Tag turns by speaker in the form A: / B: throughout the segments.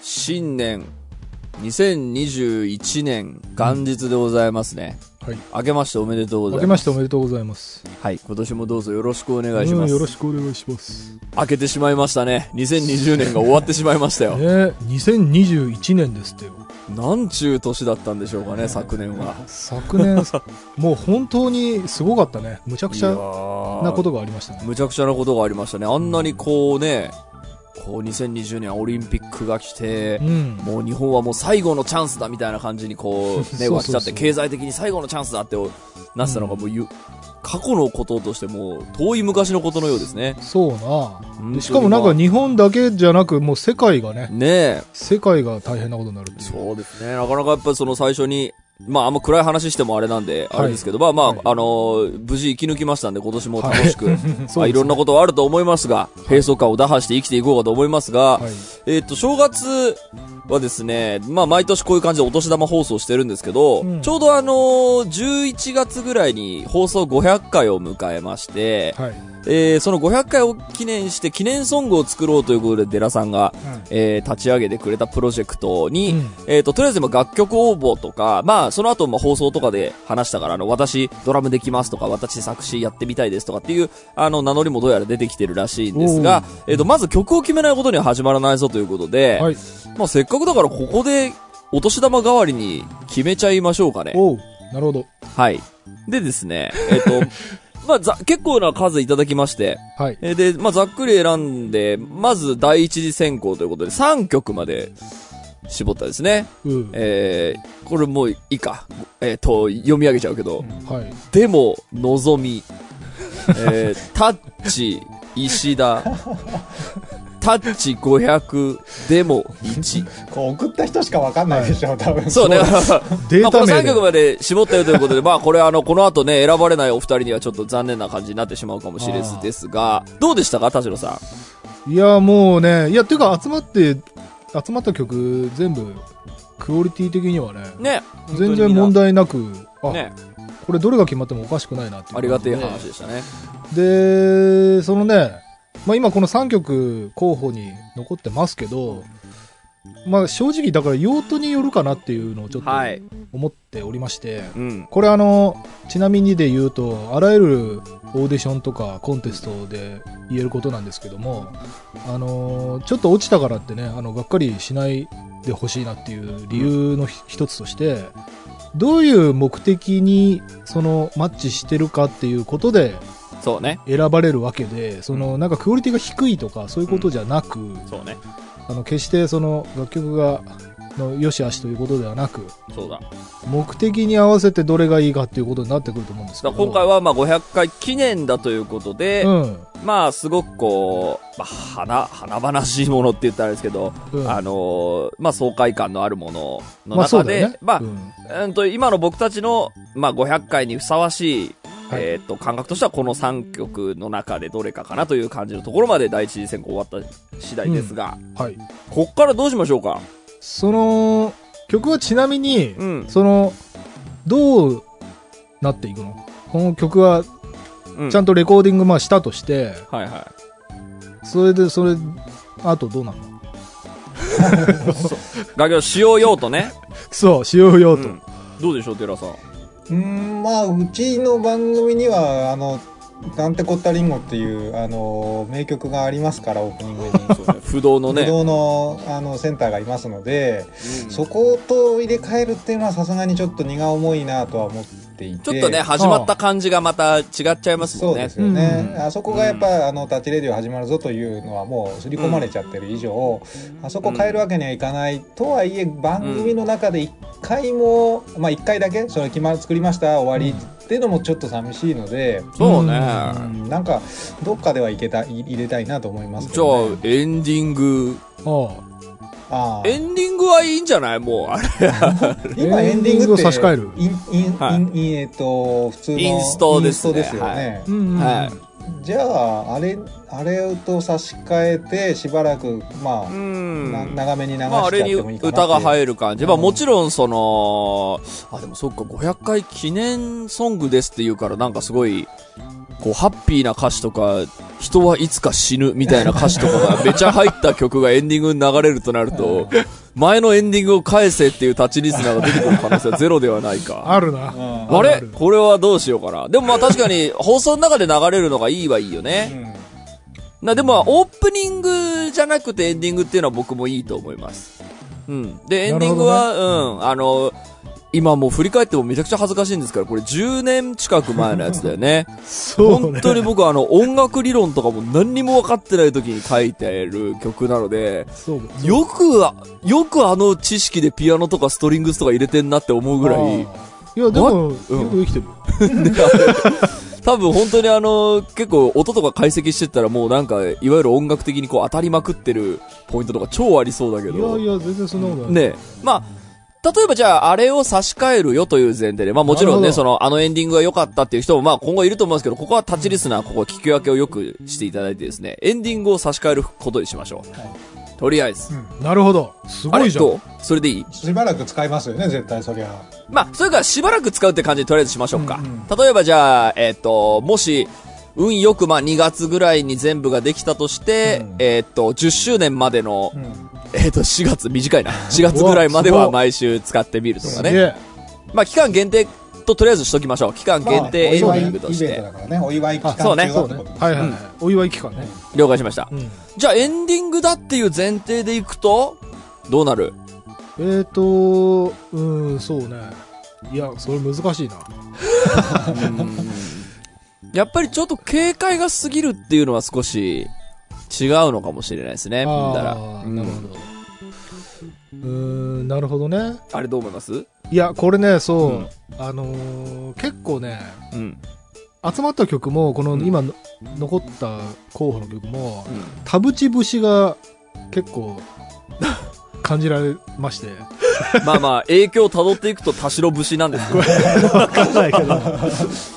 A: 新年、2021年元日でございますね。
B: はい。
A: 明けましておめでとうござい
B: 明け
A: ま。
B: ますしておめでとうございます。
A: はい。今年もどうぞよろしくお願いし
B: う
A: ま
B: ん
A: す。
B: よろしくお願いします。
A: 明けてしまいましたね。2020年が終わってしまいました
B: え
A: よ。
B: ー、2021年ですってよ。
A: なんちゅう年だったんでしょうかね、昨年は。
B: 昨年、もう本当にすごかったね。むちゃくちゃな
A: な
B: ことがありましたね。
A: むちゃくちゃなことがありましたね。あんなにこうね、こう2020年オリンピックが来て
B: う、ん。
A: もう日本はもう最後のチャンスだみたいな感じに こう、
B: そう
A: ね、
B: そう
A: 湧き立って経済的に最後のチャンスだってなってたのがもうゆ、過去のこととしてもう遠い昔のことのようですね。
B: そうな。
A: 本当
B: で
A: に
B: しかもなん
A: ま
B: か
A: あ
B: 日本だけじゃなく、もう世界がね、
A: ねえ、
B: 世界が大変なことになるっていう。
A: そうですね。なかなかやっぱりその最初に、まああんま暗い話してもあれなんで、
B: はい
A: あれですけど、まあまあ、
B: はい
A: あのー無事生き抜きましたんで今年も楽しく、ま
B: そ
A: あ
B: う
A: い
B: です
A: ろんなことはあると思いますが、閉塞感を打破して生きていこうかと思いますが、
B: はい。
A: えっ、と、正月はですね、まあ、毎年こういう感じでお年玉放送してるんですけど、
B: うん
A: ちょうどあのー11月ぐらいに放送500回を迎えまして、
B: はい。
A: えーその500回を記念して記念ソングを作ろうということで、デラさんが、えー立ち上げてくれたプロジェクトに、
B: うん
A: えっ、と、とりあえず今楽曲応募とか、まあ、その後も放送とかで話したから、あの、私ドラムできますとか、私作詞やってみたいですとかっていう、あの、名乗りもどうやら出てきてるらしいんですが、えっ、と、まず曲を決めないことには始まらないぞということで、
B: はい。
A: まあ、せっかくだからここで、お年玉代わりに決めちゃいましょうかね。
B: おう。なるほど。
A: はい。でですね、えっ、と、 まあ、ざ、結構な数いただきまして、
B: はい。
A: えーで、まあ、ざっくり選んで、まず第一次選考ということで、3曲まで絞ったですね。
B: うん。
A: えーこれもういいか。えっ、と、読み上げちゃうけど、
B: はい。
A: でも、のぞみ、えータッチ、石田、タッチ500、でも1。
C: こう送った人しかわかんないでしょ、多分。
A: そうね。
B: デ
A: ま
B: ー
A: あ、こ
B: タ
A: の
B: 名
A: 3
B: で
A: 曲。まで絞ったよということで、まあこれあの、この後ね、選ばれないお二人にはちょっと残念な感じになってしまうかもしれずですが、どうでしたか、田代さん。
B: いや、もうね、いや、ていうか集まって、集まった曲全部、クオリティ的にはね、
A: ね。
B: 全然問題なく、あ、
A: ね、
B: これどれが決まってもおかしくないなっていう
A: あ
B: 感
A: り
B: じで。
A: がてえ話でしたね。
B: で、そのね、まあ今この3曲候補に残ってますけど、まあ正直だから用途によるかなっていうのをちょっと
A: はい。
B: 思っておりまして、
A: うん。
B: これあの、ちなみにで言うと、あらゆるオーディションとかコンテストで言えることなんですけども、あのーちょっと落ちたからってね、あの、がっかりしないでほしいなっていう理由のひ一つとして、どういう目的にそのマッチしてるかっていうことで
A: そうね。
B: 選ばれるわけで、そのなんかクオリティが低いとかそういうことじゃなく、
A: そうね。
B: あの決してその楽曲がの良し悪しということではなく、
A: そうだ。だか
B: 目的に合わせてどれがいいかっていうことになってくると思うんですけ
A: ら
B: ど
A: 今回はまあ500回記念だということで、
B: うん
A: まあすごくこう、まあ、花、花々しいものって言ったらあれですけど、
B: うん
A: あのーまあ爽快感のあるものの
B: まあそ
A: 中
B: うだ
A: で、
B: よね
A: まあ、
B: う
A: うん
B: ん
A: と今の僕たちの、まあ、500回にふさわしい、
B: はい
A: えっと感覚としてはこの3曲の中でどれかかなという感じのところまで第一次選考終わった次第ですが、
B: はい
A: こっからどうしましょうか
B: その曲はちなみに、
A: うん
B: そのどうなっていくのこの曲は
A: うん
B: ちゃんとレコーディングまあしたとして、
A: はいはい
B: それでそれあとどうなの
A: 楽曲使用用途ね。
B: そう使用用途、
A: うんどうでしょう、寺さん。
C: うーん、まあ、うちの番組には、あの、なんてこったりんごっていう、あの、名曲がありますから、オープニ ングに。
A: 不動の
C: 不
A: ね。
C: 動のあのセンターがいますので、
A: うん
C: そこと入れ替えるっていうのはさすがにちょっと荷が重いなとは思っていて
A: ちょっとね、始まった感じがまた違っちゃいます
C: そ
A: もん
C: うで
A: ね。
C: すよね、
B: うん
C: あそこがやっぱ、あのタッチレディオ始まるぞというのはもう刷り込まれちゃってる以上、あそこ変えるわけにはいかない、とはいえ番組の中で一回も、まあ一回だけそれ決まる作りました終わりっていうのもちょっと寂しいので、
A: そうね。
B: うん
C: うんなんかどっかではいけたい入れたいなと思いますけ
A: じゃあ
C: ど、ね、、
A: エンディング。
B: ああ
C: ああ
A: エンディングはいいんじゃないもう、あれ。
C: 今エンディン
B: エンディ
C: グって
B: ングを差し替える
C: インイン、
A: はい
C: インインえっと普通の
A: インストですね
C: インストですよね、
B: うんうん
A: は
C: じゃああれあれと差し替えてしばらくまあ、
A: うん。
C: な
A: ま
C: 長めに流しち
A: あ、
C: ゃ
A: あ
C: っ
A: れに
C: てもいいかなって
A: 歌が入る感じ。まあ、
C: うん
A: もちろん、その、あ、でもそっか、500回記念ソングですって言うから、なんかすごい、こう、ハッピーな歌詞とか、人はいつか死ぬみたいな歌詞とかがめちゃ入った曲がエンディングに流れるとなると、前のエンディングを返せっていう立ちリスナーが出てくる可能性はゼロではないか。
B: あるな。
C: うん
A: あ
B: あ
A: れ
B: る
A: これはどうしようかな。でもまあ確か に放送の中で流れるのがいいはいいよね。な、でもオープニングじゃなくてエンディングっていうのは僕もいいと思います。うん。で、エンディングは、うん、あの、今もう振り返ってもめちゃくちゃ恥ずかしいんですから、これ10年近く前のやつだよね。
B: そう
A: 本
B: ね。
A: 当に僕はあの音楽理論とかも何にも分かってない時に書いてる曲なので、
B: そうか
A: よくあ、よくあの知識でピアノとかストリングスとか入れてんなって思うぐらい、
B: いや、でも、よ
A: うん
B: くできてる。
A: 多分本当にあの、結構音とか解析してったらもうなんか、いわゆる音楽的にこう当たりまくってるポイントとか超ありそうだけ
B: いや
A: ど。
B: いや、全然そんなことない。
A: ねえまあ、例えばじゃあ、あれを差し替えるよという前提で、まあもちろん
B: な
A: ね、
B: るほど
A: その、あのエンディングが良かったっていう人もまあ今後いると思いますけど、ここは立ちリスナー、ここは聞き分けをよくしていただいてですね、エンディングを差し替えることにしましょう。とりあえず。
B: なるほど。す
A: あ
B: ご
A: れ
B: いじゃ
A: ど
B: ん。
A: うそれでいい
C: しばらく使いますよね絶対そりゃ
A: まあ、それからしばらく使うって感じでとりあえずしましょうか。例えばじゃあ、えっ、と、もし、運よくまあ2月ぐらいに全部ができたとして、
C: うん
A: えっ、と、10周年までの、
C: ん
A: えっ、と、4月、短いな。4月ぐらいまで
B: うわす
A: は
B: ごい
A: 毎週使ってみるとか
B: す
A: ね
B: げ。え。
A: まあ、期間限定ととりあえずしときましょう。期間限定エンデ
C: まあ
A: ィングとし
C: お祝いイベン
A: て。
C: トだからねお祝い期間
A: あそうね
C: 中だ
B: そ
C: っ
B: う
C: て
B: ね
C: こと。
B: はいはいはい。お祝い期間ね。
A: 了解しました
B: う。ん。
A: じゃあ、エンディングだっていう前提でいくと、どうなる
B: えーと、うん、そうね。いや、それ難しいな。
A: やっぱりちょっと警戒が過ぎるっていうのは少し違うのかもしれないですね。だから
B: あーなるほど。うーん、なるほどね。
A: あれどう思います
B: いや、これね、そう、
A: うん
B: あのー結構ね、
A: うん。
B: 集まった曲も、この
A: うん
B: 今の、残った候補の曲も、田淵節が結構 感じられまして。
A: まあまあ、影響を辿っていくと田代節なんですけど、
B: わかんないけど。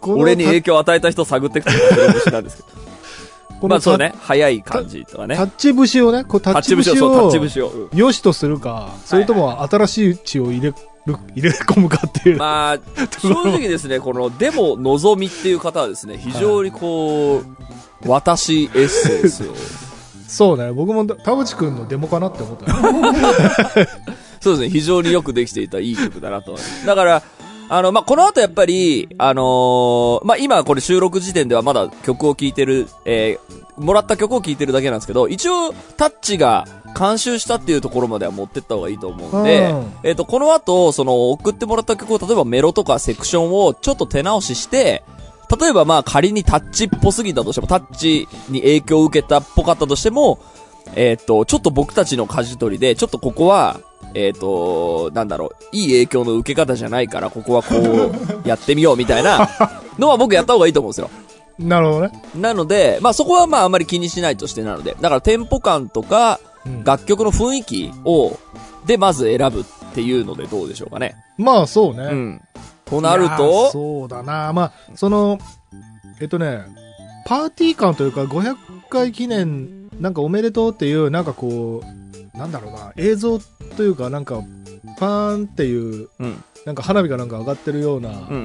B: この
A: 俺に影響を与えた人を探っていくと田代節なんですけ
B: こ
A: ど。
B: の
A: まあそうね、早い感じとかね
B: タ。ッチ節をね、こうタ
A: タ
B: ッ
A: ッチ
B: チ
A: 節を、
B: 節
A: そう、タッチ
B: を
A: 節を。うん
B: 良しとするか、それとも新しい血を入れる、入れ込むかっていう。
A: まあ、正直ですね、この、でも、のぞみっていう方はですね、非常にこう、私エッセンスを。
B: そうね、僕も田淵君のデモかなって思った よ。
A: そうですね、非常によくできていたいい曲だなと。だから、あの、まあ、この後やっぱり、あのーまあ、今これ収録時点ではまだ曲を聴いてる、えー、もらった曲を聴いてるだけなんですけど、一応、タッチが監修したっていうところまでは持ってった方がいいと思うんで、
B: うん
A: えっ、と、この後、その、送ってもらった曲を、例えばメロとかセクションをちょっと手直しして、例えばまあ仮にタッチっぽすぎたとしても、タッチに影響を受けたっぽかったとしても、えっ、と、ちょっと僕たちの舵取りで、ちょっとここは、えっ、と、なんだろう、いい影響の受け方じゃないから、ここはこ う、やってみようみたいなのは僕やった方がいいと思うんですよ。
B: なるほどね。
A: なので、まあそこはまああんまり気にしないとしてなので、だからテンポ感とか、
B: うん
A: 楽曲の雰囲気を、でまず選ぶっていうのでどうでしょうかね。
B: まあそうね。
A: うん。となる
B: いやー
A: と、
B: そうだな。まあ、その、えっとね、パーティー感というか、500回記念、なんかおめでとうっていう、なんかこう、なんだろうな、映像というか、なんか、パーンっていう、
A: うん。
B: なんか花火がなんか上がってるような
A: う、ん。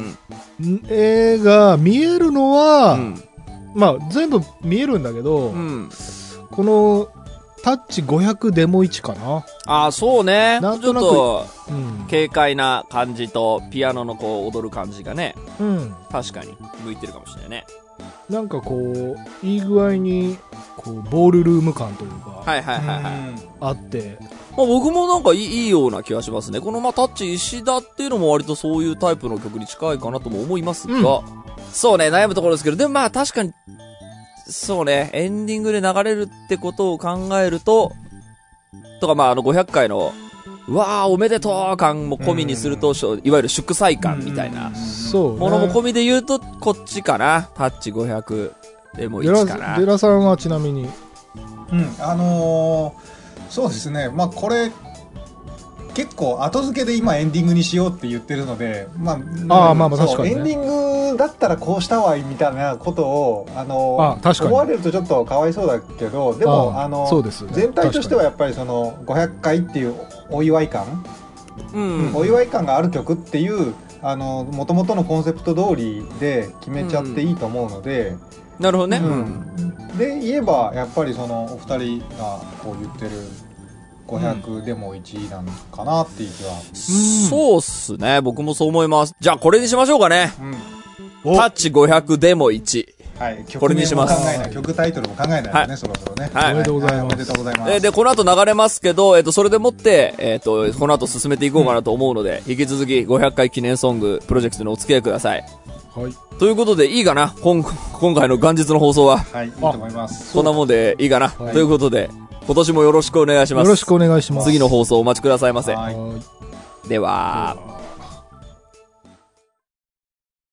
B: ん絵が見えるの
A: う
B: は、
A: ん。
B: まあ全部見えるんだけど、
A: うん。
B: この、タッチ500デモ1かな。
A: ああ、そうね。
B: なんとなく
A: ちょっと、
B: うん。
A: 軽快な感じと、ピアノのこう、踊る感じがね、
B: うん。
A: 確かに、向いてるかもしれないね。
B: なんかこう、いい具合に、こう、ボールルーム感というか、
A: はいはいはいはい。まあ、
B: あって、
A: 僕もなんかいいいいような気がしますね。この、まあ、タッチ石田っていうのも割とそういうタイプの曲に近いかなとも思いますが、
B: うん
A: そうね、悩むところですけど、でもまあ確かに、そうね、エンディングで流れるってことを考えると、とかまああの500回の、うわーおめでとう感も込みにすると、しょいわゆる祝祭感みたいな。
B: そう、ね。
A: ものも込みで言うと、こっちかな。タッチ500。でも
B: デ
A: 1か
B: ラ
A: な。
B: デラさんはちなみに、
C: うんあのーそうですねまあこれ結構後付けで今エンディングにしようって言ってるので、まあ、
B: あーまあまあ
C: そ
B: 確
C: う
B: かにね
C: エンディングだったらこうしたわいみたいなことを、あのー
B: あ確かに
C: 思われるとちょっとかわいそうだけどでも、
B: あー
C: あのー
B: そうですね
C: 全体としてはやっぱりその500回っていうお祝い感、
A: うん。
C: お祝い感がある曲っていうもともとのコンセプト通りで決めちゃっていいと思うので、
A: なるほどね。
B: うん
C: で言えばやっぱりそのお二人がこう言ってる500でも1位なのかなっていう気は、
A: そうっすね。僕もそう思います。じゃあ、これにしましょうかね。
C: うん
A: タッチ500でも1。
C: はい、曲
A: これにします
C: 名も考えない曲タイトルも考えないですね、
A: はい
C: そろそろね、
A: はいお
B: めでとうございます
C: はおめでとうございます、
A: えーで、この後流れますけど、えっ、と、それでもって、えっ、と、この後進めていこうかなと思うので、引き続き500回記念ソングプロジェクトにお付き合いください。
B: はい。
A: ということで、いいかな今、今回の元日の放送は。
C: はいいいと思います
A: こんなもんでいいかな、
B: はい
A: ということで、今年もよろしくお願いしま
B: よ
A: す。
B: ろしくお願いします。
A: 次の放送お待ちくださいませ。
C: はい
B: はい
A: では
B: では